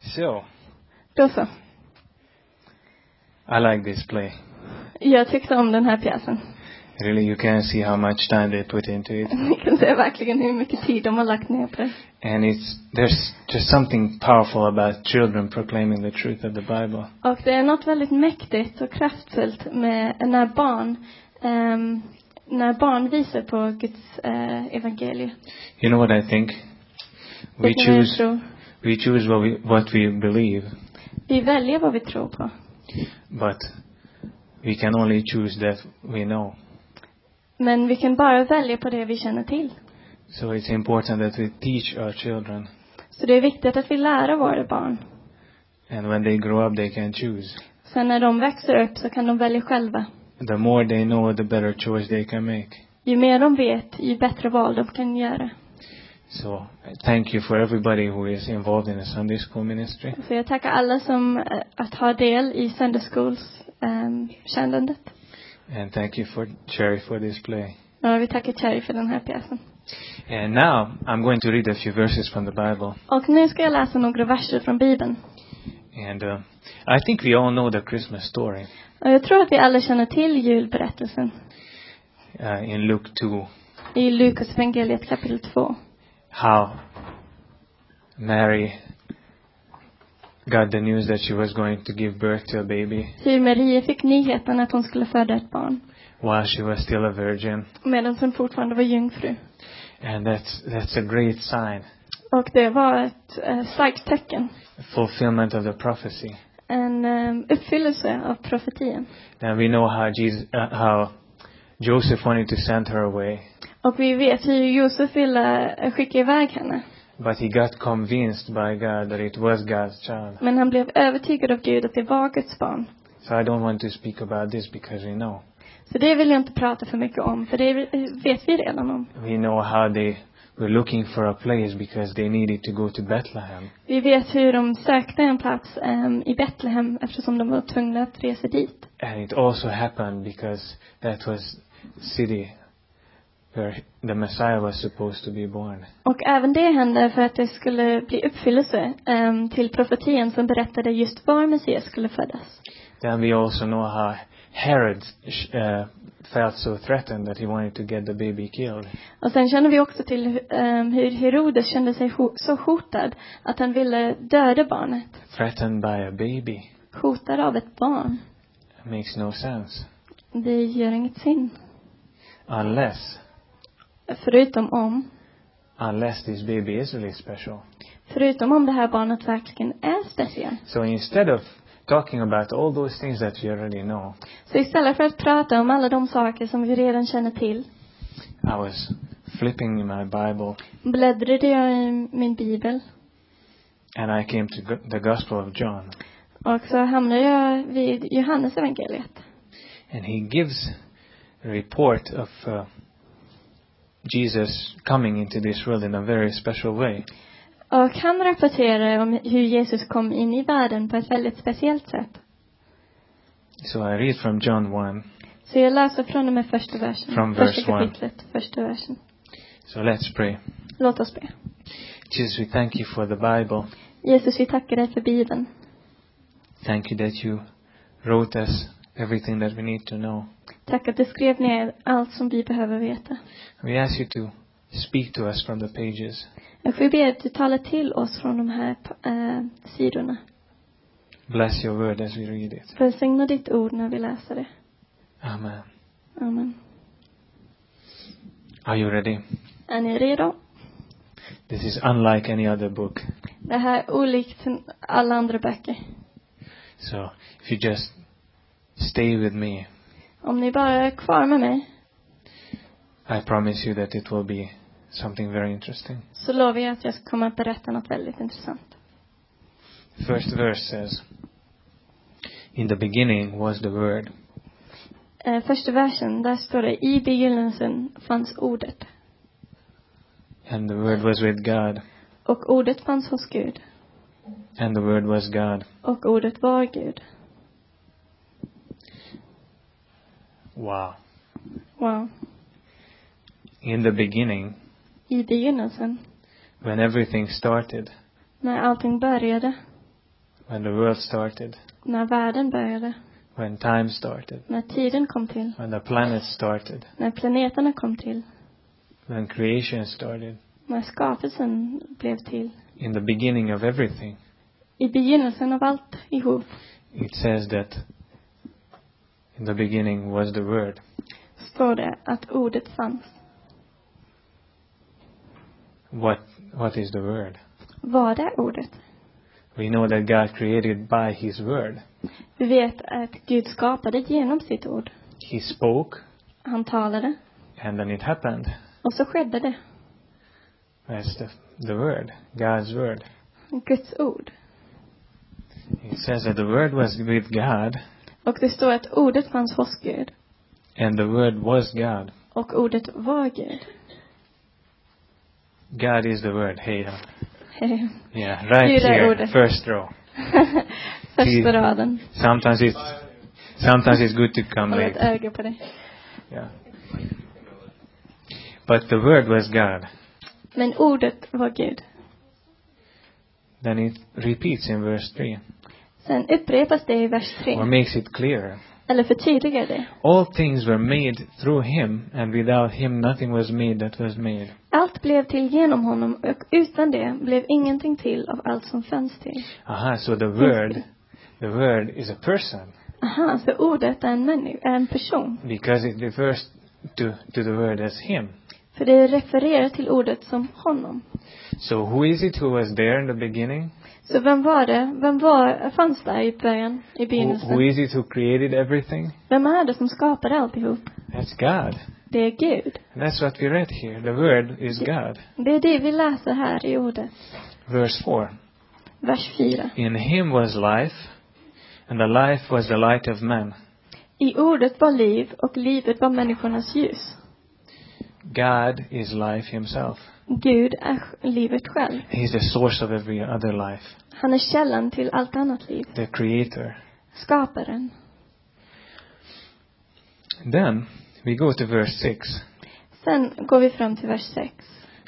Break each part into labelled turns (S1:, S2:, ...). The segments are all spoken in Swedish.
S1: Så.
S2: Då så.
S1: I like this play.
S2: Jag tyckte om den här pjäsen.
S1: Really, you can see how much time they put into it.
S2: Ni kan se verkligen hur mycket tid de har lagt ner på det.
S1: And it's, there's just something powerful about children proclaiming the truth of the Bible.
S2: Och det är något väldigt mäktigt och kraftfullt med när barn, ehm, när barn visar på Guds eh, evangelium.
S1: You know what I think? We
S2: Det kan jag
S1: choose,
S2: tro.
S1: we choose what we, what we believe,
S2: Vi väljer vad vi tror på.
S1: but we can only choose that we know.
S2: Men vi kan bara välja på det vi känner till.
S1: So it's important that we teach our children.
S2: Så det är viktigt att vi lär av våra barn.
S1: And when they grow up, they can choose.
S2: Sen när de växer upp så kan de välja själva.
S1: The more they know, the better choice they can make.
S2: Ju mer de vet, ju bättre val de kan göra.
S1: So I thank you for everybody who is involved in the Sunday school ministry.
S2: Så jag tackar alla som eh, att har del i Sunday Schools ehm, kännandet.
S1: And thank you for Cherry for this play.
S2: Ja, vi tackar Cherry för den här pjäsen.
S1: And now I'm going to read a few verses from the Bible.
S2: Och nu ska jag läsa några verser från Bibeln.
S1: And uh, I think we all know the Christmas story
S2: Och jag tror att vi alla känner till julberättelsen
S1: uh, in Luke 2,
S2: i Lukas evangeliet kapitel 2.
S1: how Mary got the news that she was going to give birth to a baby
S2: Hur Maria fick nyheten att hon skulle föda ett barn
S1: while she was still a virgin.
S2: medan hon fortfarande var jungfru.
S1: And that's, that's a great sign,
S2: Och det var ett eh, starkt tecken.
S1: fulfillment of the prophecy.
S2: En eh, uppfyllelse av profetian.
S1: And we know how Jesus, uh, how Joseph wanted to send her away,
S2: Och vi vet hur Josef ville eh, skicka iväg henne.
S1: but he got convinced by God that it was God's child.
S2: Men han blev övertygad av Gud att det var Guds barn.
S1: So I don't want to speak about this because we know.
S2: Så det vill jag inte prata för mycket om, för det vet vi redan om.
S1: We know how they were looking for a place because they needed to go to Bethlehem.
S2: Vi vet hur de sökte en plats ehm, i Betlehem eftersom de var tvungna att resa dit.
S1: And it also happened because that was city where the Messiah was supposed to be born.
S2: Och även det hände för att det skulle bli uppfyllelse ehm, till profetian som berättade just var Messias skulle födas.
S1: Then we also know how Herod sh- uh, felt so threatened that he wanted to get the baby killed.
S2: Och sen känner vi också till hu- ehm, hur Herodes kände sig ho- så hotad att han ville döda barnet.
S1: Threatened by a baby.
S2: Hotad av ett barn.
S1: makes no sense.
S2: Det gör inget synd.
S1: Unless,
S2: Förutom om,
S1: unless this baby is really special.
S2: förutom om det här barnet verkligen är speciellt.
S1: So instead of talking about all those things that we already know,
S2: Så istället för att prata om alla de saker som vi redan känner till
S1: I was flipping in my Bible
S2: bläddrade jag i min bibel
S1: and I came to go- the Gospel of John.
S2: och så hamnade jag vid Johannes evangeliet.
S1: And he gives a report of uh, Jesus coming into this world in a very special way.
S2: Och han rapporterar om hur Jesus kom in i världen på ett väldigt speciellt sätt.
S1: So I read from John 1.
S2: Så jag läser från och med första versen.
S1: From
S2: första
S1: verse one.
S2: kapitlet, första versen.
S1: So let's pray.
S2: Låt oss be.
S1: Jesus, we thank you for the Bible.
S2: Jesus, vi tackar dig för bibeln.
S1: Thank you that you wrote us everything that we need to know.
S2: Tack att du skrev ner allt som vi behöver veta.
S1: We ask you to speak to us from the pages.
S2: Och vi ber att du talar till oss från de här eh, sidorna.
S1: Bless your word as we read it.
S2: Välsigna ditt ord när vi läser det.
S1: Amen.
S2: Amen.
S1: Are you ready?
S2: Är ni redo?
S1: This is unlike any other book.
S2: Det här är olikt alla andra böcker.
S1: So if you just stay with me,
S2: Om ni bara är kvar med mig
S1: I promise you that it will be something very interesting.
S2: så lovar jag att jag ska komma att berätta något väldigt intressant.
S1: First verse says, In the beginning was the Word,
S2: Eh, första versen, där står det i begynnelsen fanns ordet
S1: and the Word was with God,
S2: och ordet fanns hos Gud
S1: and the Word was God.
S2: och ordet var Gud.
S1: Wow.
S2: Wow.
S1: In the beginning,
S2: I begynnelsen,
S1: when everything started,
S2: när allting började,
S1: when the world started,
S2: när världen började,
S1: when time started,
S2: när tiden kom till,
S1: when the planet started,
S2: när planeterna kom till,
S1: when creation started,
S2: när skapelsen blev till.
S1: in the beginning of everything,
S2: I begynnelsen av allt ihop
S1: it says that in the beginning was the Word.
S2: står det att ordet fanns.
S1: What, what is the Word?
S2: Vad är ordet?
S1: We know that God created by His Word.
S2: Vi vet att Gud skapade genom sitt ord.
S1: He spoke,
S2: Han talade
S1: and then it happened.
S2: och så skedde det.
S1: That's the, the Word, God's Word.
S2: Guds ord.
S1: It says that the Word was with God,
S2: Och det står att ordet fanns hos Gud
S1: and the Word was God.
S2: och ordet var Gud.
S1: God is the Word. Hey, uh,
S2: Eh,
S1: yeah, right
S2: Gud är
S1: here,
S2: ordet.
S1: first row.
S2: Första
S1: Gud.
S2: raden.
S1: Sometimes it's sometimes it's good to come
S2: Håll
S1: late.
S2: ett öga på det.
S1: Yeah. But the Word was God.
S2: Men ordet var Gud.
S1: Then it repeats in verse three,
S2: Sen upprepas det i vers
S1: or
S2: 3.
S1: makes it clearer.
S2: Eller förtydligar det.
S1: All things were made through Him, and without Him nothing was made that was made.
S2: Allt blev till genom honom och utan det blev ingenting till av allt som fanns till.
S1: Aha, so the Word, the Word is a person
S2: Aha, så ordet är en människa, är en person.
S1: because it refers to to the Word as Him.
S2: För det refererar till ordet som honom.
S1: So who is it who was there in the beginning?
S2: Så vem var det, vem var, fanns där i början, i
S1: Who, who
S2: begynnelsen?
S1: is it who created everything?
S2: Vem är det som skapade alltihop?
S1: That's God.
S2: Det är Gud.
S1: And that's what we read here. The Word is God.
S2: Det är det vi läser här i ordet.
S1: Verse 4.
S2: Vers 4.
S1: In him was life, and the life was the light of men.
S2: I ordet var liv och livet var människornas ljus.
S1: God is life himself.
S2: Gud är sj- livet själv.
S1: He's the source of every other life,
S2: Han är källan till allt annat liv.
S1: the creator.
S2: Skaparen.
S1: Then we go to verse 6,
S2: Sen går vi fram till vers 6.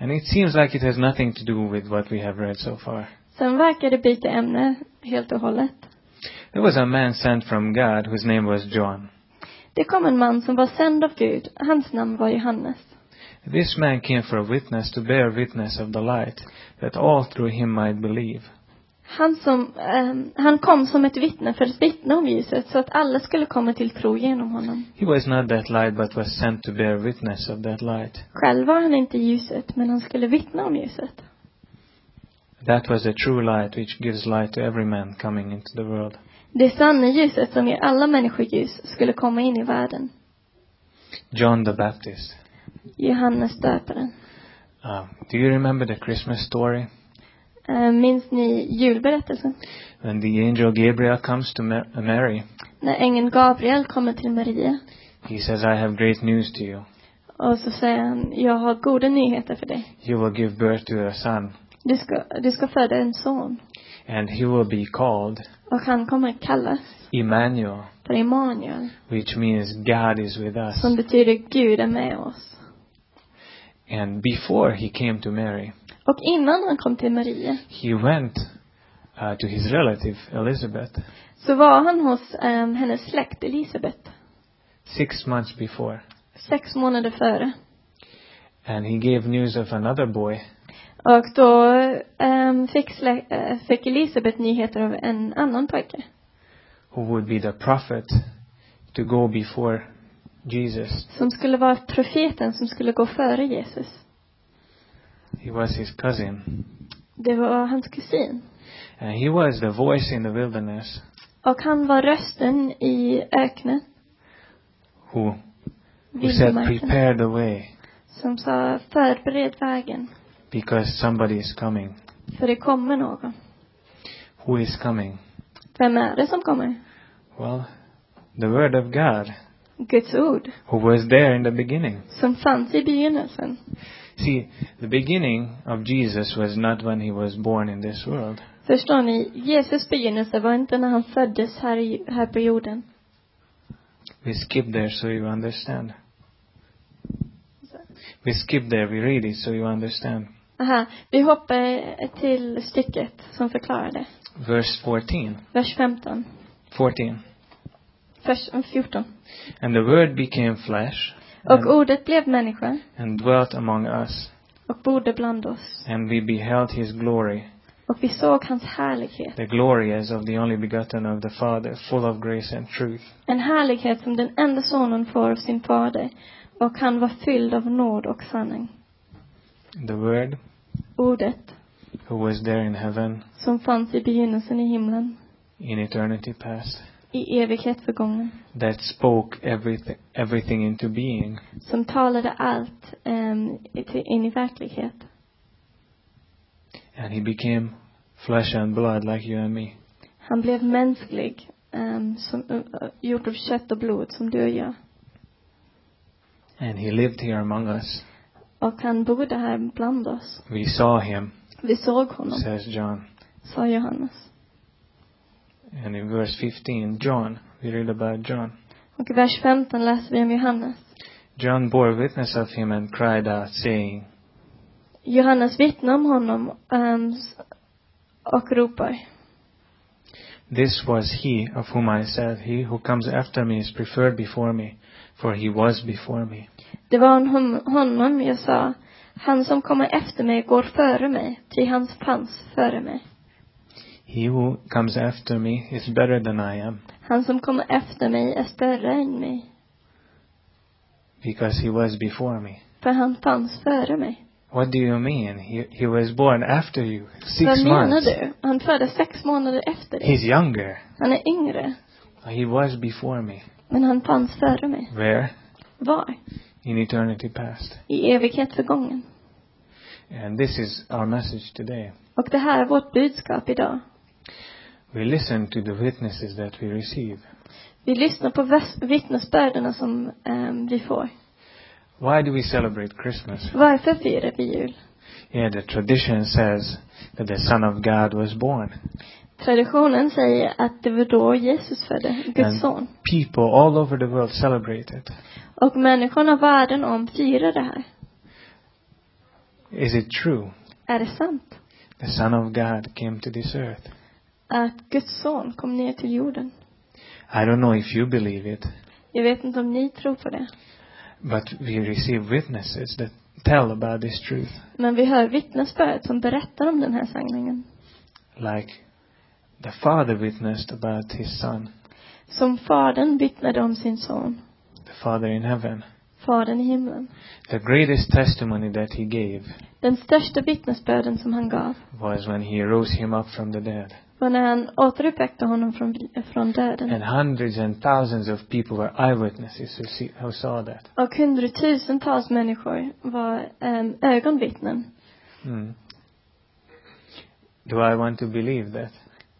S1: and it seems like it has nothing to do with what we have read so far.
S2: Sen verkar det byta ämne helt och hållet.
S1: There was a man sent from God whose name was John.
S2: Det kom en man som var sänd av Gud. Hans namn var Johannes.
S1: This man came for a witness to bear witness of the light, that all through him might believe.
S2: Han, som, ehm, han kom som ett vittne för att vittna om ljuset så att alla skulle komma till tro genom honom.
S1: He was not that light, but was sent to bear witness of that light.
S2: Själv var han inte ljuset, men han skulle vittna om ljuset.
S1: That was the true light which gives light to every man coming into the world.
S2: Det sanna ljuset som ger alla människor ljus skulle komma in i världen.
S1: John the Baptist.
S2: Johannes döparen.
S1: Uh, do you remember the Christmas story?
S2: Eh, Minns ni julberättelsen?
S1: When the angel Gabriel comes to Ma- uh, Mary,
S2: När ängeln Gabriel kommer till Maria
S1: he says, I have great news to you.
S2: och så säger han, jag har goda nyheter för dig.
S1: You will give birth to a son,
S2: Du ska, du ska föda en son
S1: and he will be called
S2: och han kommer kallas
S1: Emmanuel,
S2: för Emanuel
S1: which means God is with us.
S2: som betyder Gud är med oss.
S1: And before he came to Mary,
S2: Och innan han kom till Maria
S1: he went uh, to his relative Elizabeth
S2: så var han hos eh, hennes släkt Elisabet
S1: six months before,
S2: sex månader före.
S1: and he gave news of another boy
S2: Och då eh, fick, slä, eh, fick Elisabet nyheter av en annan pojke
S1: who would be the prophet to go before Jesus.
S2: som skulle vara profeten som skulle gå före Jesus.
S1: He was his cousin.
S2: Det var hans kusin.
S1: And he was the voice in the wilderness
S2: Och han var rösten i öknen,
S1: who, who said,
S2: vildmarken,
S1: prepare the way
S2: som sa förbered vägen,
S1: because somebody is coming.
S2: för det kommer någon.
S1: Who is coming?
S2: Vem är det som kommer?
S1: Well, the word of God
S2: Guds ord,
S1: who was there in the beginning.
S2: som fanns i begynnelsen.
S1: See, the beginning of Jesus was not when he was born in this world.
S2: Förstår ni, Jesus begynnelse var inte när han föddes här, i, här på jorden.
S1: We skip there so you understand. We skip there, we read it so you understand.
S2: Aha, vi hoppar till stycket som förklarar det.
S1: verse 14.
S2: vers 15.
S1: 14.
S2: Vers 14.
S1: And the Word became flesh
S2: Och
S1: and,
S2: ordet blev människa
S1: and dwelt among us,
S2: och bodde bland oss.
S1: and we beheld His glory,
S2: Och vi såg hans härlighet.
S1: the glory as of the only begotten of the Father, full of grace and truth.
S2: En härlighet som den enda sonen får av sin fader. Och han var fylld av nåd och sanning.
S1: The Word,
S2: Ordet
S1: who was there in heaven
S2: som fanns i begynnelsen i himlen,
S1: in eternity past,
S2: i evighet förgången,
S1: that spoke everything, everything into being,
S2: som talade allt um, in i verklighet.
S1: and He became flesh and blood like you and me.
S2: Han blev mänsklig, um, som, eh, gjord av kött och blod, som du och jag.
S1: And He lived here among us.
S2: Och han bodde här bland oss.
S1: We saw Him,
S2: Vi såg honom,
S1: says John.
S2: sa Johannes.
S1: And in verse 15, John, we read about John.
S2: Och i vers 15 läser vi om Johannes.
S1: John bore witness of him and cried out, saying,
S2: Johannes vittnar om honom ehm, s- och ropar.
S1: This was he of whom I said, He who comes after me is preferred before me, for he was before me.
S2: Det var om hon- honom jag sa, han som kommer efter mig går före mig, ty han fanns före mig.
S1: He who comes after me is better than I am,
S2: Han som kommer efter mig är större än mig,
S1: because he was before me.
S2: för han fanns före mig.
S1: What do you mean? He, he was born after you, six
S2: Vad menar
S1: months.
S2: du? Han föddes sex månader efter dig.
S1: He's younger.
S2: Han är yngre,
S1: He was before me.
S2: men han fanns före mig.
S1: Where?
S2: Var?
S1: In eternity past.
S2: I evighet förgången.
S1: And this is our message today.
S2: Och det här är vårt budskap idag.
S1: We listen to the witnesses that we receive.
S2: Vi lyssnar på väs- vittnesbörderna som ehm, vi får.
S1: Why do we celebrate Christmas?
S2: Varför firar vi jul?
S1: Yeah, the tradition says that the Son of God was born.
S2: Traditionen säger att det var då Jesus föddes,
S1: And
S2: Guds son.
S1: people all over the world celebrate it.
S2: Och människorna världen om firar det här.
S1: Is it true?
S2: Är det sant?
S1: The Son of God came to this earth.
S2: Att Guds son kom ner till jorden?
S1: I don't know if you believe it,
S2: Jag vet inte om ni tror på det.
S1: but we receive witnesses that tell about this truth.
S2: Men vi hör vittnesbörd som berättar om den här sanningen.
S1: Like the Father witnessed about his Son,
S2: Som fadern vittnade om sin son,
S1: the Father in heaven.
S2: fadern i himlen.
S1: The greatest testimony that he gave
S2: Den största vittnesbörden som han gav
S1: was when he rose him up from the dead.
S2: var när han återuppväckte honom från, från döden.
S1: And hundreds and thousands of people were eyewitnesses who, see, who saw that.
S2: Och hundratusentals människor var um, ögonvittnen.
S1: Hmm. Do I want to believe that?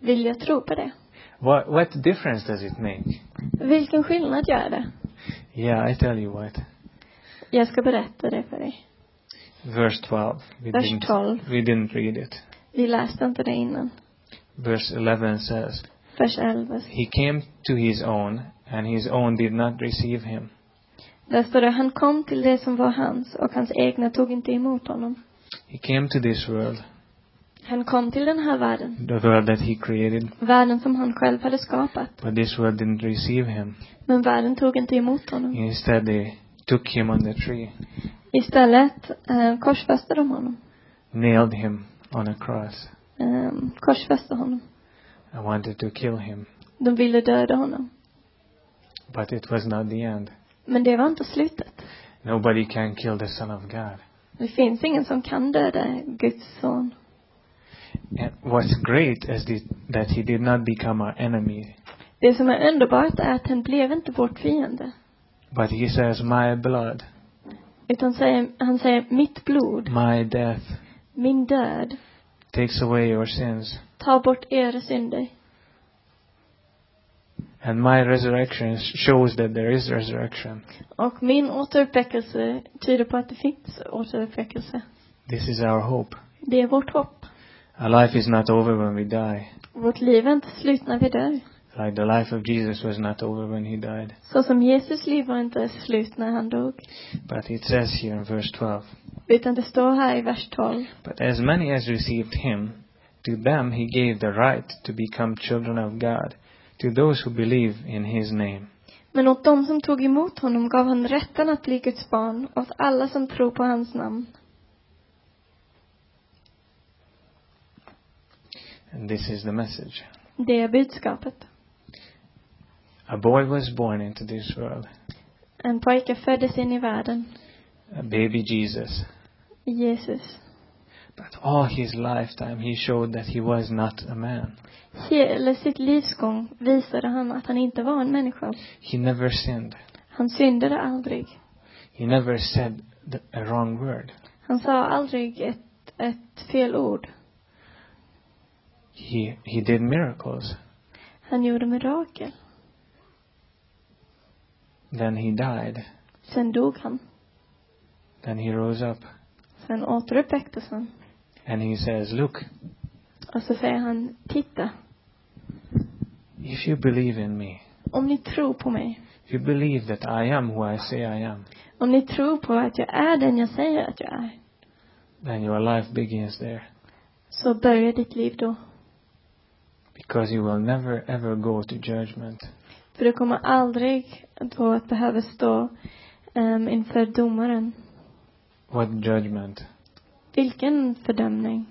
S2: Vill jag tro på det?
S1: What, what difference does it make?
S2: Vilken skillnad gör det?
S1: Yeah, I tell you what.
S2: Jag ska berätta det för dig.
S1: Verse 12. We
S2: Vers
S1: didn't,
S2: 12.
S1: We didn't read it.
S2: Vi läste inte det innan.
S1: Verse 11 says,
S2: Vers 11.
S1: He came to his own, and his own did not receive him.
S2: Där står det, han kom till det som var hans och hans egna tog inte emot honom.
S1: He came to this world,
S2: Han kom till den här världen.
S1: the world that he created,
S2: Världen som han själv hade skapat.
S1: but this world didn't receive him.
S2: Men världen tog inte emot honom.
S1: Instead, they took him on the tree,
S2: Istället eh, korsfäste de honom.
S1: nailed him on a cross,
S2: Eh, korsfäste honom.
S1: and wanted to kill him.
S2: De ville döda honom.
S1: But it was not the end.
S2: Men det var inte slutet.
S1: Nobody can kill the Son of God.
S2: Det finns ingen som kan döda Guds son.
S1: And what's great is the, that he did not become our enemy,
S2: Det som är underbart är att han blev inte vårt fiende.
S1: but he says, My blood,
S2: Utan säger, han säger mitt blod,
S1: my death
S2: min död,
S1: takes away your sins,
S2: ta bort era synder.
S1: and my resurrection sh- shows that there is resurrection.
S2: Och min återuppväckelse tyder på att det finns återuppväckelse.
S1: This is our hope.
S2: Det är vårt hopp.
S1: Our life is not over when we die,
S2: Vårt liv är inte slut när vi dör.
S1: like the life of Jesus was not over when he died.
S2: Så som Jesus liv var inte slut när han dog.
S1: But it says here in verse 12,
S2: Utan det står här i vers 12.
S1: But as many as received him, To them he gave the right to become children of God, to those who believe in his name.
S2: Men åt dem som tog emot honom gav han rätten att bli Guds barn, åt alla som tror på hans namn.
S1: And this is the message.
S2: Det är budskapet.
S1: A boy was born into this world,
S2: En pojke föddes in i världen,
S1: a baby Jesus.
S2: Jesus.
S1: But all his lifetime he showed that he was not a man.
S2: Hela sitt livs gång visade han att han inte var en människa.
S1: He never sinned.
S2: Han syndade aldrig.
S1: He never said the, a wrong word.
S2: Han sa aldrig ett, ett fel ord.
S1: He, he did miracles.
S2: Han gjorde mirakel.
S1: Then he died.
S2: Sen dog han.
S1: Then he rose up.
S2: Sen återuppväcktes han.
S1: And he says, Look,
S2: Och så säger han, titta,
S1: if you believe in me,
S2: om ni tror på mig,
S1: if you believe that I am who I say I am,
S2: om ni tror på att jag är den jag säger att jag är,
S1: then your life begins there.
S2: så börjar ditt liv då.
S1: Because you will never ever go to judgment.
S2: För du kommer aldrig då att behöva stå um, inför domaren.
S1: What judgment?
S2: Vilken fördömning.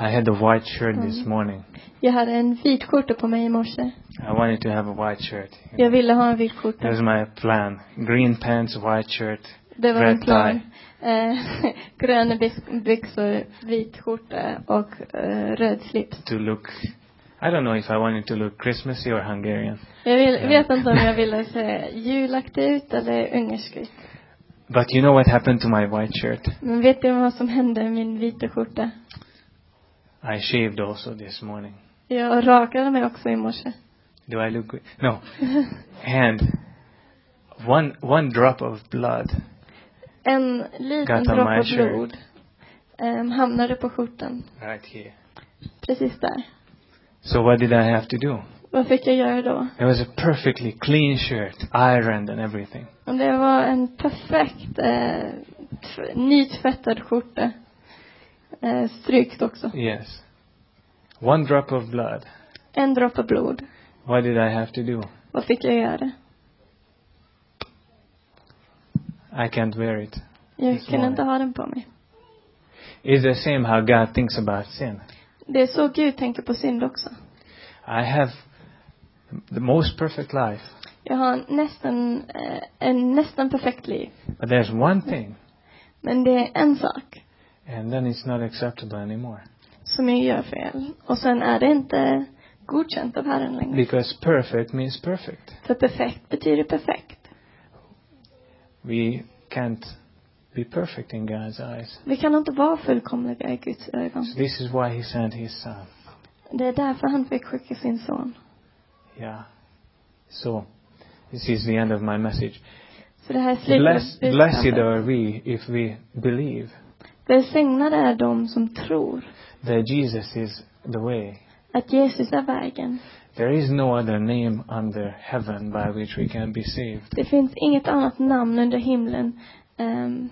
S1: I had a white shirt this
S2: Mhm.
S1: morning.
S2: Jag hade en vit skjorta på mig i morse.
S1: I wanted to have a white shirt. you
S2: Jag
S1: know.
S2: ville ha en vit
S1: That
S2: skjorta.
S1: was my plan. Green pants, white shirt.
S2: Det var
S1: Red
S2: en plan. Eh, gröna byx- byxor, vit skjorta och eh, röd slips.
S1: to look I don't know if I wanted to look Christmassy or Hungarian.
S2: Jag vill,
S1: Ja.
S2: vet inte om jag ville se julaktig ut eller ungersk ut.
S1: But you know what happened to my white shirt?
S2: Men vet ni vad som hände med min vita skjorta?
S1: I shaved also this morning.
S2: Jag rakade mig också i morse.
S1: Do I look good? No. and one one drop of blood
S2: En liten
S1: Got on my
S2: droppe
S1: shirt.
S2: blod ehm, hamnade på skjortan.
S1: right here.
S2: Precis där.
S1: So what did I have to do?
S2: Vad fick jag göra då?
S1: It was a perfectly clean shirt, ironed and everything.
S2: Och Det var en perfekt eh, tv- nytvättad skjorta. Eh, strykt också.
S1: Yes. One drop of blood.
S2: En droppe blod.
S1: What did I have to do?
S2: Vad fick jag göra?
S1: I can't wear it.
S2: Jag
S1: This
S2: kunde
S1: morning.
S2: inte ha den på mig.
S1: It's the same how God thinks about sin.
S2: Det är så Gud tänker på synd också.
S1: I have the most perfect life,
S2: Jag har nästan, eh, en nästan perfekt liv.
S1: but there's one thing,
S2: Men det är en sak
S1: and then it's not acceptable anymore.
S2: som jag gör fel. Och sen är det inte godkänt av Herren längre.
S1: Because perfect means perfect.
S2: För perfekt betyder perfekt.
S1: We can't be perfect in God's eyes.
S2: Vi kan inte vara fullkomliga i Guds ögon.
S1: So this is why He sent His Son.
S2: Det är därför han fick skicka sin son.
S1: Yeah. So, this is the end of my message.
S2: Så det här är slutet
S1: Bless,
S2: av
S1: blessed
S2: budskapet.
S1: are we if we believe
S2: Välsignade är de som tror
S1: that Jesus is the way.
S2: att Jesus är vägen.
S1: There is no other name under heaven by which we can be saved.
S2: Det finns inget annat namn under himlen ehm,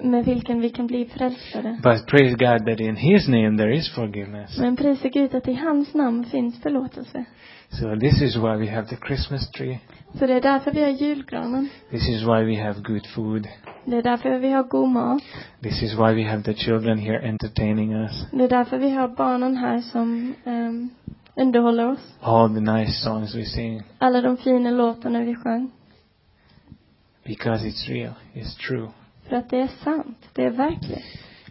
S2: med vilken vi kan bli frälstade.
S1: But praise God that in His name there is forgiveness.
S2: Men prisa Gud att i hans namn finns förlåtelse.
S1: So this is why we have the Christmas tree.
S2: Så det är därför vi har julgranen.
S1: This is why we have good food.
S2: Det är därför vi har god mat.
S1: This is why we have the children here entertaining us.
S2: Det är därför vi har barnen här som ehm, underhåller oss.
S1: All the nice songs we sing.
S2: Alla de fina låtarna vi sjöng.
S1: Because it's real. It's true.
S2: För att det är sant. Det är verkligt.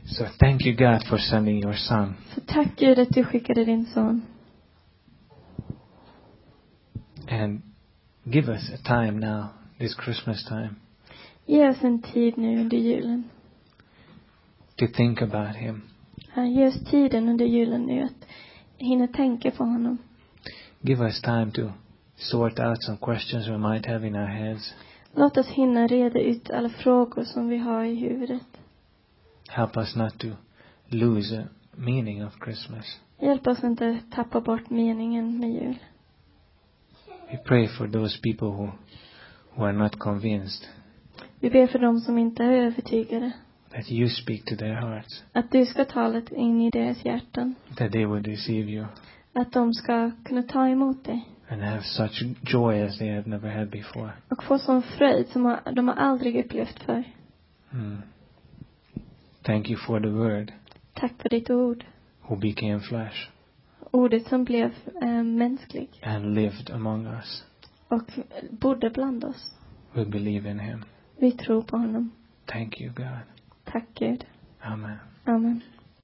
S1: So thank you God for sending your son.
S2: Så tack Gud att du skickade din son.
S1: And give us a time now, this Christmas time,
S2: Ge oss en tid nu under julen.
S1: to think about him.
S2: Herre, ge oss tiden under julen nu att hinna tänka på honom.
S1: Give us time to sort out some questions we might have in our heads.
S2: Låt oss hinna reda ut alla frågor som vi har i huvudet.
S1: Help us not to lose the meaning of Christmas.
S2: Hjälp oss inte tappa bort meningen med jul.
S1: We pray for those people who, who are not convinced
S2: Vi ber för dem som inte är övertygade.
S1: that you speak to their hearts,
S2: Att du ska tala in i deras hjärtan.
S1: that they would receive you
S2: Att de ska kunna ta emot dig.
S1: and have such joy as they have never had before.
S2: Och få sån fröjd som har- de har aldrig upplevt förr.
S1: Mm. Thank you för the word
S2: Tack för ditt ord.
S1: who became flesh
S2: Ordet som blev eh, mänsklig
S1: and lived among us.
S2: och bodde bland oss.
S1: We believe in him.
S2: Vi tror på honom.
S1: Thank you, God.
S2: Tack Gud.
S1: Amen.
S2: Amen.